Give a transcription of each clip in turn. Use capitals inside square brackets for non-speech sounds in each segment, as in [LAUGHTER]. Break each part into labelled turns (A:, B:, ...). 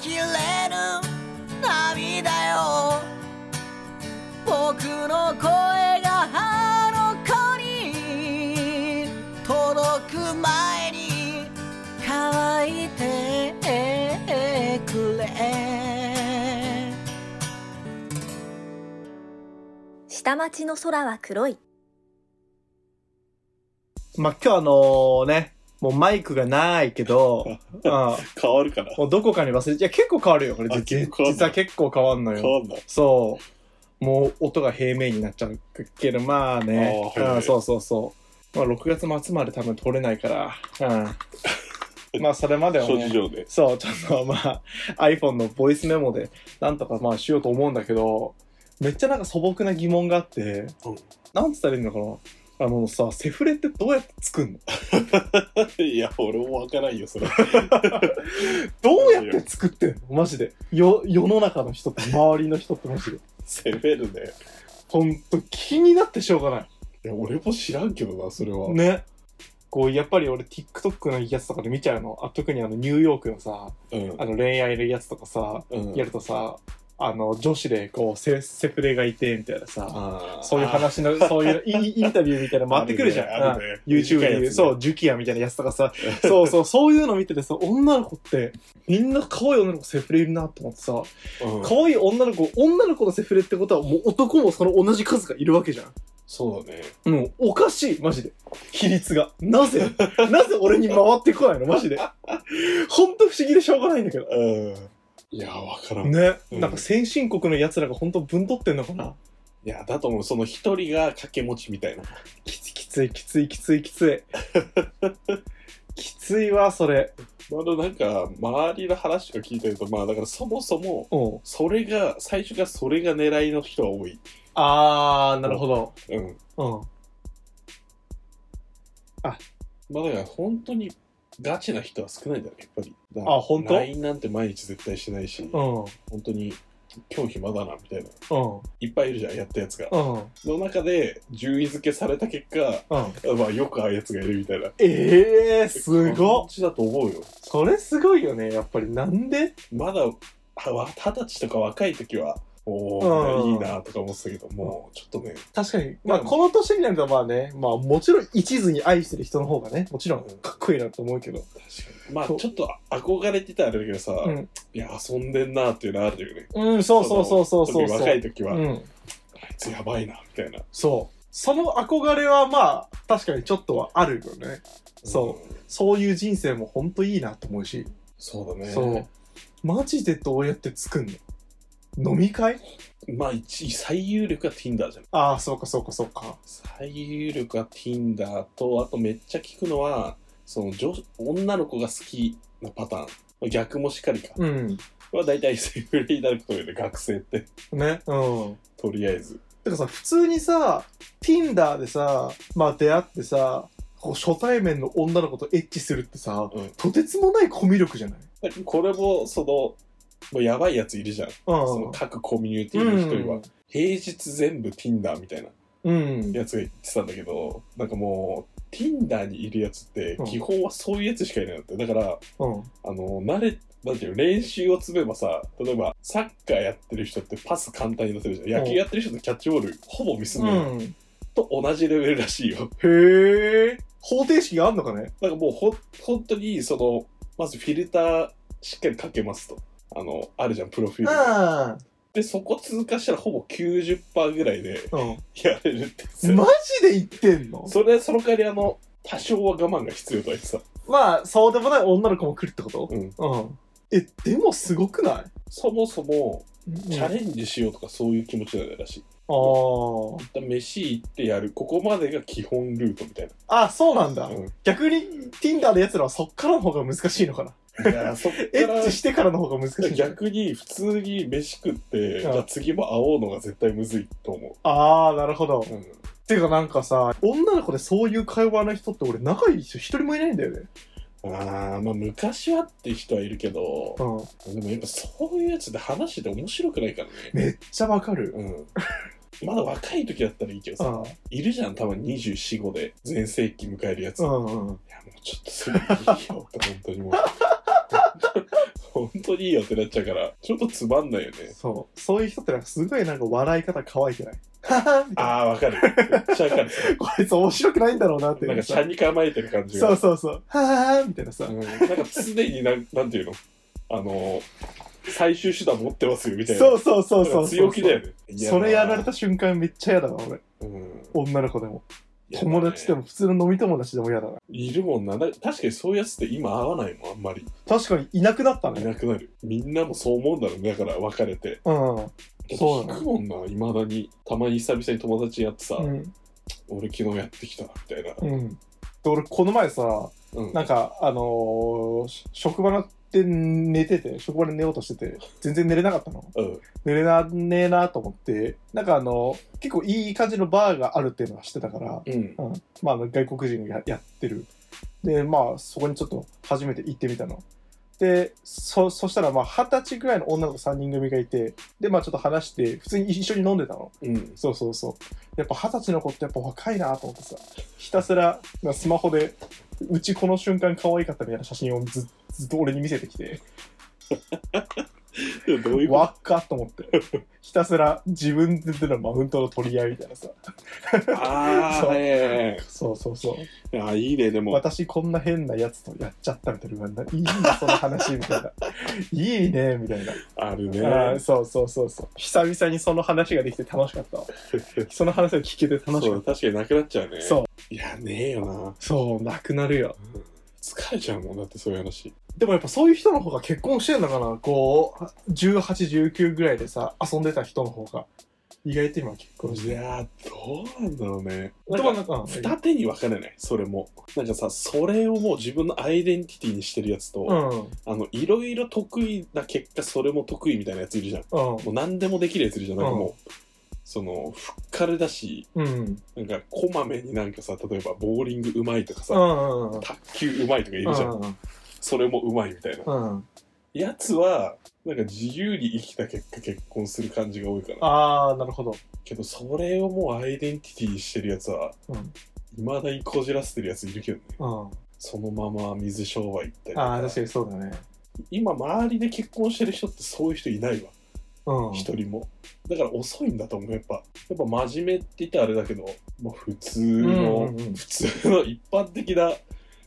A: きれぬ涙よ僕の声があの子に届く前に乾いてくれ
B: 下町の空は黒い。
C: まあ、今日あのね、もうマイクがないけ
D: [LAUGHS]
C: ど、うん、
D: 変わるかな
C: もうどこかに忘れて、いや、結構変わるよ、これ
D: あ
C: 実
D: 結構変わんの
C: 実は結構変わんの
D: 変
C: よ。
D: わんない
C: そう。もう音が平面になっちゃうけど、まあね、
D: あーはいはい
C: うん、そうそうそう。まあ、6月末まで多分取れないから、
D: [LAUGHS]
C: うん。まあ、それまでは
D: 諸事
C: ね、
D: 情で [LAUGHS]
C: そう、ちょっとまあ、iPhone のボイスメモで、なんとかまあしようと思うんだけど、めっちゃなんか素朴な疑問があって、
D: うん
C: なんつったらいいのかなあのさ、セフレってどうやって作んの
D: いや俺もわからんよそ
C: [LAUGHS]
D: れ [LAUGHS]
C: どうやって作ってんのマジで。よ、世の中の人って、周りの人ってマジで。
D: 攻めるね
C: ほんと気になってしょうがない。
D: 俺も知らんけどなそれはい
C: ね。こう、やっぱり俺 TikTok のやつとかで見ちゃうの。あ特にあのニューヨークのさ、
D: うん
C: あの恋愛のやつとかさ、
D: うん
C: やるとさ、あの女子でこうセ、セフレがいて、みたいなさ。
D: あー
C: そういう話の、そういうインインタビューみたいなの回ってくるじゃん。
D: あるねあるね
C: うん YouTube
D: 短いや
C: で、
D: つね
C: そう、ジュキアみたいなやつとかさ、そうそう、そういうの見ててさ、女の子って、みんな可愛い女の子セフレいるなと思ってさ、
D: うん
C: 可愛い女の子、女の子のセフレってことは、もう男もその同じ数がいるわけじゃん。
D: そうだね
C: もう、おかしい、マジで。比率が。なぜ、なぜ俺に回ってこないの、マジで。ほんと不思議でしょうがないんだけど。
D: うんいやわからん、
C: ね、
D: うん
C: なんか先進国の奴らがほんと分取ってんのかな。
D: いやだと思うその一人が掛け持ちみたいな
C: きつきついきついきついきつい [LAUGHS] きついわそれ
D: まだなんか周りの話とか聞いてるとまあだからそもそも
C: うん
D: それが最初がそれが狙いの人は多い
C: あーなるほど
D: うん
C: うん
D: まあだから本当にガチな人は少ないんだねやっぱりだ
C: あ本当
D: LINE なんて毎日絶対してないし、
C: うん
D: 本当に今日暇だなみたいな
C: うん
D: いっぱいいるじゃんやったやつが
C: うん
D: の中で順位付けされた結果
C: うん
D: まあよくああいうやつがいるみたいな
C: ええー、すご
D: こ
C: っ
D: っちだと思うよ
C: それすごいよねやっぱりなんで
D: まだはわ二十歳とか若い時はお
C: う
D: お
C: ん
D: いいなとか思ってたけどもうちょっとね
C: 確かにまあこの年になるとまあねまあもちろん一途に愛してる人の方がねもちろんかっこいいなと思うけど
D: 確かにまあ
C: そう
D: ちょっと憧れてたあれだけどさ、
C: うん
D: いや遊んでんなっていうのあるよね
C: うんそうそうそうそう
D: 特
C: そう
D: に
C: そ
D: 若いう時は、
C: うん
D: あいつやばいなみたいな
C: そうその憧れはまあ確かにちょっとはあるよねそう、
D: ん
C: そういう人生もほんといいなと思うし、
D: そうだね
C: そう。マジでどうやって作んの飲み会
D: まあ一最有力は Tinder じゃん
C: ああ、そうかそうかそうか。
D: 最有力は Tinder とあとめっちゃ聞くのはその女女の子が好きなパターン逆もしっかりか、
C: うん。
D: は大体セフレになることよね学生って [LAUGHS]
C: ね。うん。
D: とりあえず
C: てかさ、普通にさ、Tinder でさ、まあ出会ってさ、こう初対面の女の子とエッチするってさ、
D: うん
C: とてつもないコミュ力じゃない
D: これもそのもうやばいやついるじゃん、その
C: う
D: 各コミュニティの一人は、
C: うん。
D: 平日全部 Tinder みたいなん
C: うん。
D: やつが言ってたんだけどなんかもう Tinder にいるやつって
C: うん
D: 基本はそういうやつしかいないんだってだから
C: うん。
D: あの慣れなんていうの練習を積めばさ例えばサッカーやってる人ってパス簡単に出せるじゃん野球やってる人ってキャッチボールほぼミスんのよ、
C: うん。へ
D: と同じレベルらしいよ
C: え。方程式があんのかね
D: なんかもうほ本当にそのまずフィルターしっかりかけますとあのあるじゃんプロフィールが
C: あ
D: でそこ通過したらほぼ90%ぐらいで [LAUGHS]
C: あ。う
D: やれるって
C: ん。マジで言ってんの
D: それその代わりあの多少は我慢が必要とは言ってた
C: まあ、そうでもない女の子も来るってこと
D: うん
C: うん。え、でもすごくない
D: そもそもチャ
C: あ
D: レンジしようとかそういう気持ちなんだらしい、
C: ー
D: 一旦飯行ってやるここまでが基本ルートみたい
C: あ、そうなん
D: な、
C: だ。
D: うん、い
C: 逆に Tinder のやつらはそっからの方が難しいのかな。
D: やそっか
C: エッチしてからの方が難しい
D: ら
C: んじゃない。
D: 逆に普通に飯食って、じ
C: うん
D: ゃあ次も会おうのが絶対むずいと思
C: あー、なるほど。
D: う、うん、
C: てかなんかさ、女の子でそういう会話の人って俺仲いい人一人もいないんだよね。
D: あーまあ昔はって人はいるけど
C: う、ん。
D: でもやっぱそういうやつで話してて面白くないからね、
C: めっちゃわかる。
D: うん、 [LAUGHS] まだ若い時だったらいいけど
C: う
D: さ、
C: ん。
D: いるじゃん多分245で全盛期迎えるやつ、
C: う
D: い
C: んうん。
D: やもうちょっとそれいいよって本当にもう本当にいいよってなっちゃうから、ちょっとつまんないよね。
C: そう。そういう人ってなんかすごいなんか笑い方可愛いじゃない。ははみたい
D: [LAUGHS] ああ、わかる。めっちゃわかる。
C: な [LAUGHS] こいつ面白くないんだろうなってい
D: なん
C: う
D: か、
C: さ
D: 車に構えてる感じが。
C: そうそうそう。はははみたいなさ。
D: うんなんか常になん、なんていうのあの、最終手段持ってますよみたいな。
C: そうそうそうそう。
D: 強気だよね。
C: それやられた
D: し、
C: 瞬間めっちゃ嫌だな、俺。
D: うん
C: 女の子でも。友達でも、普通の飲み友達でも嫌だな。
D: いるもんな。な確かにそういうやつって今会わないもん、あんまり。
C: 確かにいなくなった
D: い
C: ね。
D: なくなる。みんなもそう思うんだろうね。だから別れて。
C: うん。そう
D: 聞
C: なの
D: くもんな、いまだに。たまに久々に友達やってさ、
C: うん。
D: 俺昨日やってきたみたいな。
C: うん。で俺、この前さ、
D: うん
C: なんか、あのーし職場で寝てて、職場で寝ようとしてて、全然寝れなかったの。
D: うん。
C: 寝れなねえなと思って、なんかあの、結構いい感じのバーがあるっていうのは知ってたから、
D: うん。
C: うん、まああの、外国人がややってる。で、まあ、そこにちょっと初めて行ってみたの。で、そ、そしたら、まあ、二十歳ぐらいの女の子3人組がいて、で、まあ、ちょっと話して、普通に一緒に飲んでたの。
D: うん。
C: そうそうそう。やっぱ二十歳の子ってやっぱ若いなと思ってさ、ひたすらまあスマホで、うちこの瞬間可愛かったみたいな写真をずずっと俺に見せてきて、
D: どういうこ
C: わっかと思って、ひたすら自分でのマウントの取り合いみたいなさ、
D: と
C: [LAUGHS]
D: ああ、
C: そう
D: はいはいはい
C: そうそうそう、
D: あーいいね、でも。
C: 私こんな変なやつとやっちゃったみたいな、いいな、その話みたいな、いいね、みたいな、
D: あるね。 [LAUGHS]
C: あーそうそうそうそう、久々にその話ができて楽しかったわ、その話が聞けて楽し
D: そ
C: かっ
D: う、確かになくなっちゃうね。
C: た。そう、
D: いや、ねえよな。
C: そう、なくなるよ。
D: 疲れちゃうもんだって、そういう話。
C: でもやっぱそういう人の方が結婚してんのかなこう、18、19ぐらいでさ、遊んでた人の方が。意外と今結婚し
D: い
C: て。
D: やー、どうなんだろうね。
C: でもなんか、
D: 二手に分かれない、それも。なんかさ、それをもう自分のアイデンティティにしてるやつと、
C: うん、うん、
D: あの、いろいろ得意な結果、それも得意みたいなやついるじゃん。もう何でもできるやついるじゃん。なんかもう、その、ふっかるだし、
C: うん、うん、
D: なんか、こまめになんかさ、例えば、ボーリングうまいとか
C: う
D: さ、
C: ん、うん、
D: 卓球うまいとかいるじゃん。
C: う
D: それもうまいみたいな。
C: ん。
D: やつは、なんか自由に生きた結果結婚する感じが多いかな。
C: あー、なるほど。
D: けど、それをもうアイデンティティにしてるやつは、
C: うん、
D: 未だにこじらせてるやついるけどね。
C: うん。
D: そのまま水商売行ったりと
C: あ
D: か
C: ー、確かにそうだね。
D: 今周りで結婚してる人ってそういう人いないわ
C: うん。
D: 一、人もだから遅いんだと思うやっぱやっぱ真面目って言ったらあれだけど、まあ、普通の、
C: うんうんうん
D: 普通の一般的な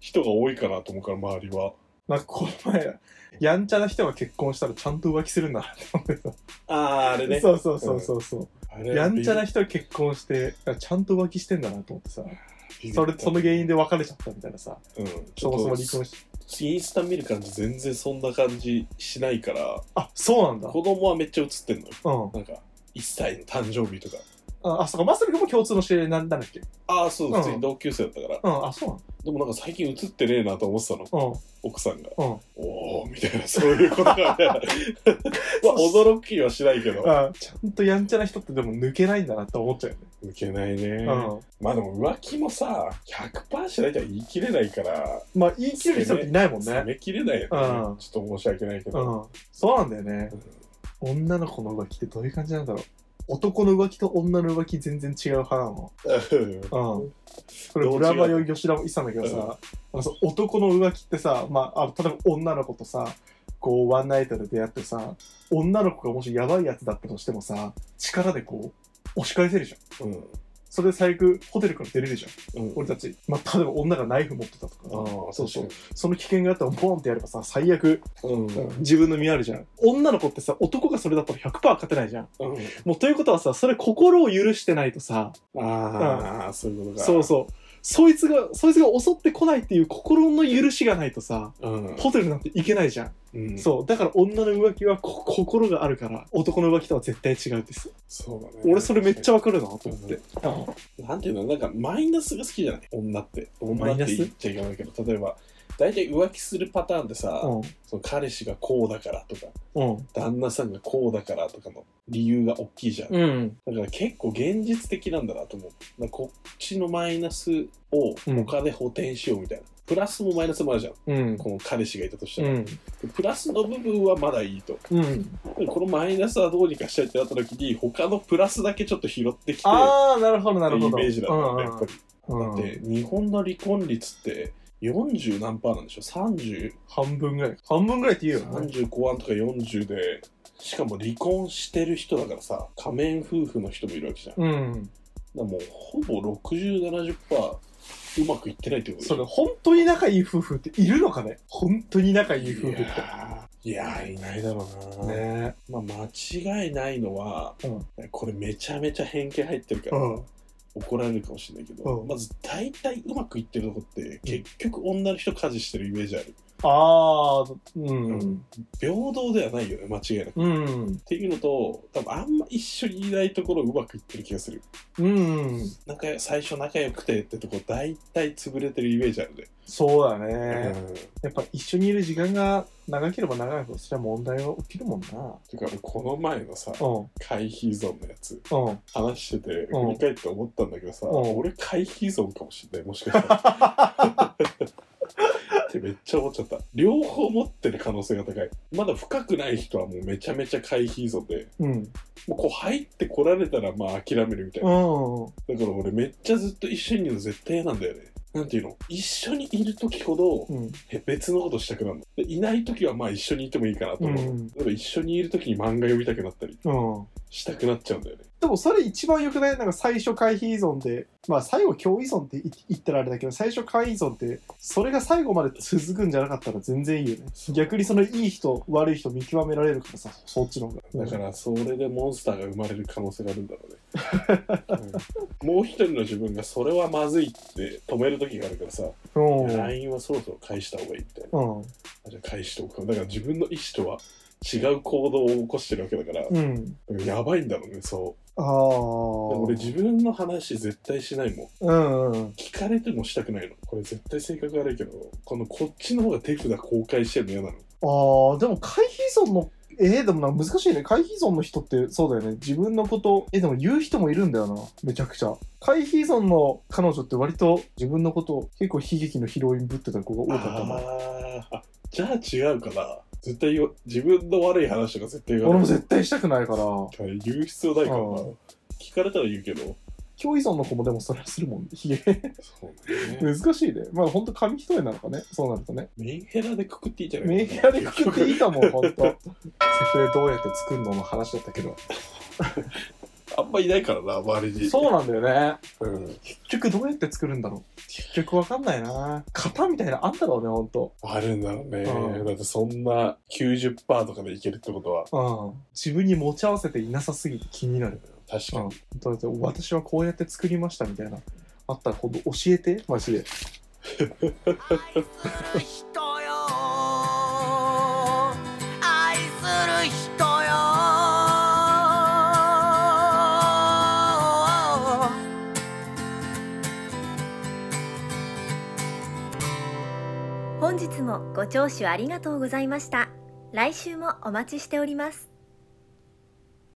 D: 人が多いかなと思うから周りは
C: なんかこの前、やんちゃな人が結婚したらちゃんと浮気するんだなって思ってた。
D: あああれ
C: そうそうそうそうそう。
D: あれ
C: やんちゃな人が結婚して、ちゃんと浮気してんだなと思ってさ、
D: ビビった
C: それ、その原因で別れちゃったみたいなさ、
D: うんち
C: そ
D: ょ
C: も
D: っ
C: そも
D: と
C: 離婚して。
D: インスタ見る感じ全然そんな感じしないから
C: あ、そうなんだ。
D: 子供はめっちゃ映ってんのよ
C: うん。
D: なんか1歳の誕生日とか
C: あ、あそうか、マスル君も共通の知り合いなんなんだっけ
D: ああそう
C: うん
D: 普通に同級生だったから、
C: うん、あ、そうな
D: でもなんか最近映ってねえなと思ってたの
C: の
D: 奥さんが
C: うん、うん。
D: おおみたいなそういうこ
C: [LAUGHS]
D: とがまあ驚きはしないけど
C: あちゃんとやんちゃな人ってでも抜けないんだなって思っちゃうよね。
D: 抜けないね、
C: う
D: まあでも浮気もさ100%しないとは言い切れないから
C: ん。まあ、言い切れる人っていないもん
D: 冷
C: ね。
D: めきれないよね、
C: うん
D: ちょっと申し訳ないけ
C: う
D: ど、
C: ん。そうなんだよね。女の子の浮気ってどういう感じなんだろう。男の浮気と女の浮気全然違う派なの。うん。これ、
D: どう違う
C: ブラバリを吉田も言ってたんだけどさ、あのそう男の浮気ってさ、まあ、あの例えば女の子とさ、こう、ワンナイトで出会ってさ、女の子がもしやばいやつだったとしてもさ、力でこう、押し返せるじゃん。
D: [LAUGHS] うん
C: それで最悪ホテルから出れるじゃん
D: うん
C: 俺たち、まあ、例えば女がナイフ持ってたとか
D: ああ
C: そうそうその危険があったらボンってやればさ最悪、
D: うん、うん
C: 自分の身あるじゃん女の子ってさ男がそれだったら100%勝てないじゃんもうということはさそれ心を許してないとさ
D: ああ、そういうことか
C: そうそうそいつがそいつが襲ってこないっていう心の許しがないとさ
D: う、うん
C: ホテルなんて行けないじゃん、
D: うん、そう
C: そうだから女の浮気はこ心があるから男の浮気とは絶対違うです
D: そうだね
C: 俺それめっちゃわかるなと思って、
D: なんていうのなんかマイナスが好きじゃない女って
C: マ
D: 女
C: イ
D: っ
C: ナ
D: て
C: ス
D: 言っちゃいけないけど例えば大体浮気するパターンでさ、
C: うん
D: その彼氏がこうだからとか
C: うん
D: 旦那さんがこうだからとかの理由が大きいじゃん、
C: うん
D: だから結構現実的なんだなと思うなんかこっちのマイナスを他で補填しようみたいな、プラスもマイナスもあるじゃん
C: うん
D: この彼氏がいたとした
C: う
D: ら、
C: ん
D: でプラスの部分はまだいいと
C: うん、
D: でこのマイナスはどうにかしたいってなった時に他のプラスだけちょっと拾ってきて
C: ああなるほどな
D: って
C: る
D: い
C: ほ
D: うイ
C: ど
D: メージだったんだ、やっぱり
C: うんうんうん
D: だって日本の離婚率って40何パーなんでしょ ?30、
C: 半分ぐらい。半分ぐらいって言うよね。
D: 30後半とか40で、しかも離婚してる人だからさ、仮面夫婦の人もいるわけじゃん。だか
C: うん。
D: らもうほぼ60、70%パーうまくいってないってこと
C: それ、本当に仲いい夫婦っているのかね本当に仲いい夫婦っ
D: い
C: て。
D: やーいやーいないだろうな、
C: ね
D: まあ、間違いないのは、これめちゃめちゃ偏見入ってるか
C: う
D: ら、
C: ん。
D: 怒られるかもしれないけど、
C: うん
D: まず大体うまくいってるとこって結局女の人家事してるイメージある
C: ああ、うん。
D: 平等ではないよね間違いなくっ
C: うん。
D: ていうのと多分あんま一緒にいないところうまくいってる気がする
C: うん。
D: なんか最初仲良くてってとこ大体潰れてるイメージあるね、
C: そうだね。やっぱ一緒にいる時間が長ければ長いほど、それは問題は起きるもんな。
D: てか俺この前のさ
C: う
D: 回避依存のやつ
C: ん。うん。
D: 話してて
C: うん
D: 振り返って思ったんだけどさ、
C: うん
D: 俺回避依存かもしれないもしかしたら [LAUGHS] ってめっちゃ思っちゃった両方持ってる可能性が高いまだ深くない人はもうめちゃめちゃ回避依存で
C: うん。
D: もうこう入ってこられたらまあ諦めるみたいな、
C: うん。
D: だから俺めっちゃずっと一緒にいるの絶対嫌なんだよねなんていうの一緒にいる時ほど
C: うん。
D: へ別のことしたくなるのでいない時はまあ一緒にいてもいいかなと思う、
C: うん
D: 例えば一緒にいる時に漫画読みたくなったり
C: うん。
D: したくなっちゃうんだよね
C: でもそれ一番良くないなんか最初回避依存で、まあ最後共依存って言言ったらあれだけど、最初回避依存って、それが最後まで続くんじゃなかったら全然いいよね。逆にそのいい人、悪い人見極められるからさ、そっちの方が。
D: だからそれでモンスターが生まれる可能性があるんだろうね、うんもう一人の自分がそれはまずいって止める時があるからさ
C: うん。う。
D: LINE はそろそろ返した方がいいみたいなんあじゃあ返しておくかだから自分の意思とは違う行動を起こしてるわけだから、
C: うん。
D: やばいんだろうねそう
C: ああ。
D: でも俺自分の話絶対しないもん
C: うんうん。
D: 聞かれてもしたくないのこれ絶対性格悪いけどこのこっちの方が手札公開してるの嫌なの
C: ああ、でも回避依存の、えー、でもなんか難しいね。回避依存の人ってそうだよね。自分のこと、えー、でも言う人もいるんだよな。めちゃくちゃ。回避依存の彼女って割と自分のことを結構悲劇のヒロインぶってた子が多かったな。
D: あーあじゃあ違うかな絶対言わ自分の悪い話とか絶対言わ
C: 俺
D: ない
C: も絶対したくないから。
D: 言う必要ないからな
C: うん
D: 聞かれたら言うけど
C: 共依存の子もでもそれはするもんね。ひげ
D: そう、ね、
C: 難しいね。まあ本当紙一重なのかね。そうなるとね。
D: メンヘラでくくっていいんじゃない
C: メンヘラでくくっていいかも、本当。セフレどうやって作るのの話だったけど。
D: [LAUGHS] あんまいないからな周りに
C: そうなんだよね。
D: うん
C: 結局どうやって作るんだろう結局わかんないな型みたいなのあんだろうねほんと
D: あるんだろうね、
C: うん
D: だってそんな90%とかでいけるってことは
C: うん自分に持ち合わせていなさすぎて気になる、
D: 確
C: う
D: か
C: ん、だって私はこうやって作りましたみたいなあったらほんと教えてマジで
A: 愛する人よ愛する人よ
B: 本日もご聴取ありがとうございました来週もお待ちしております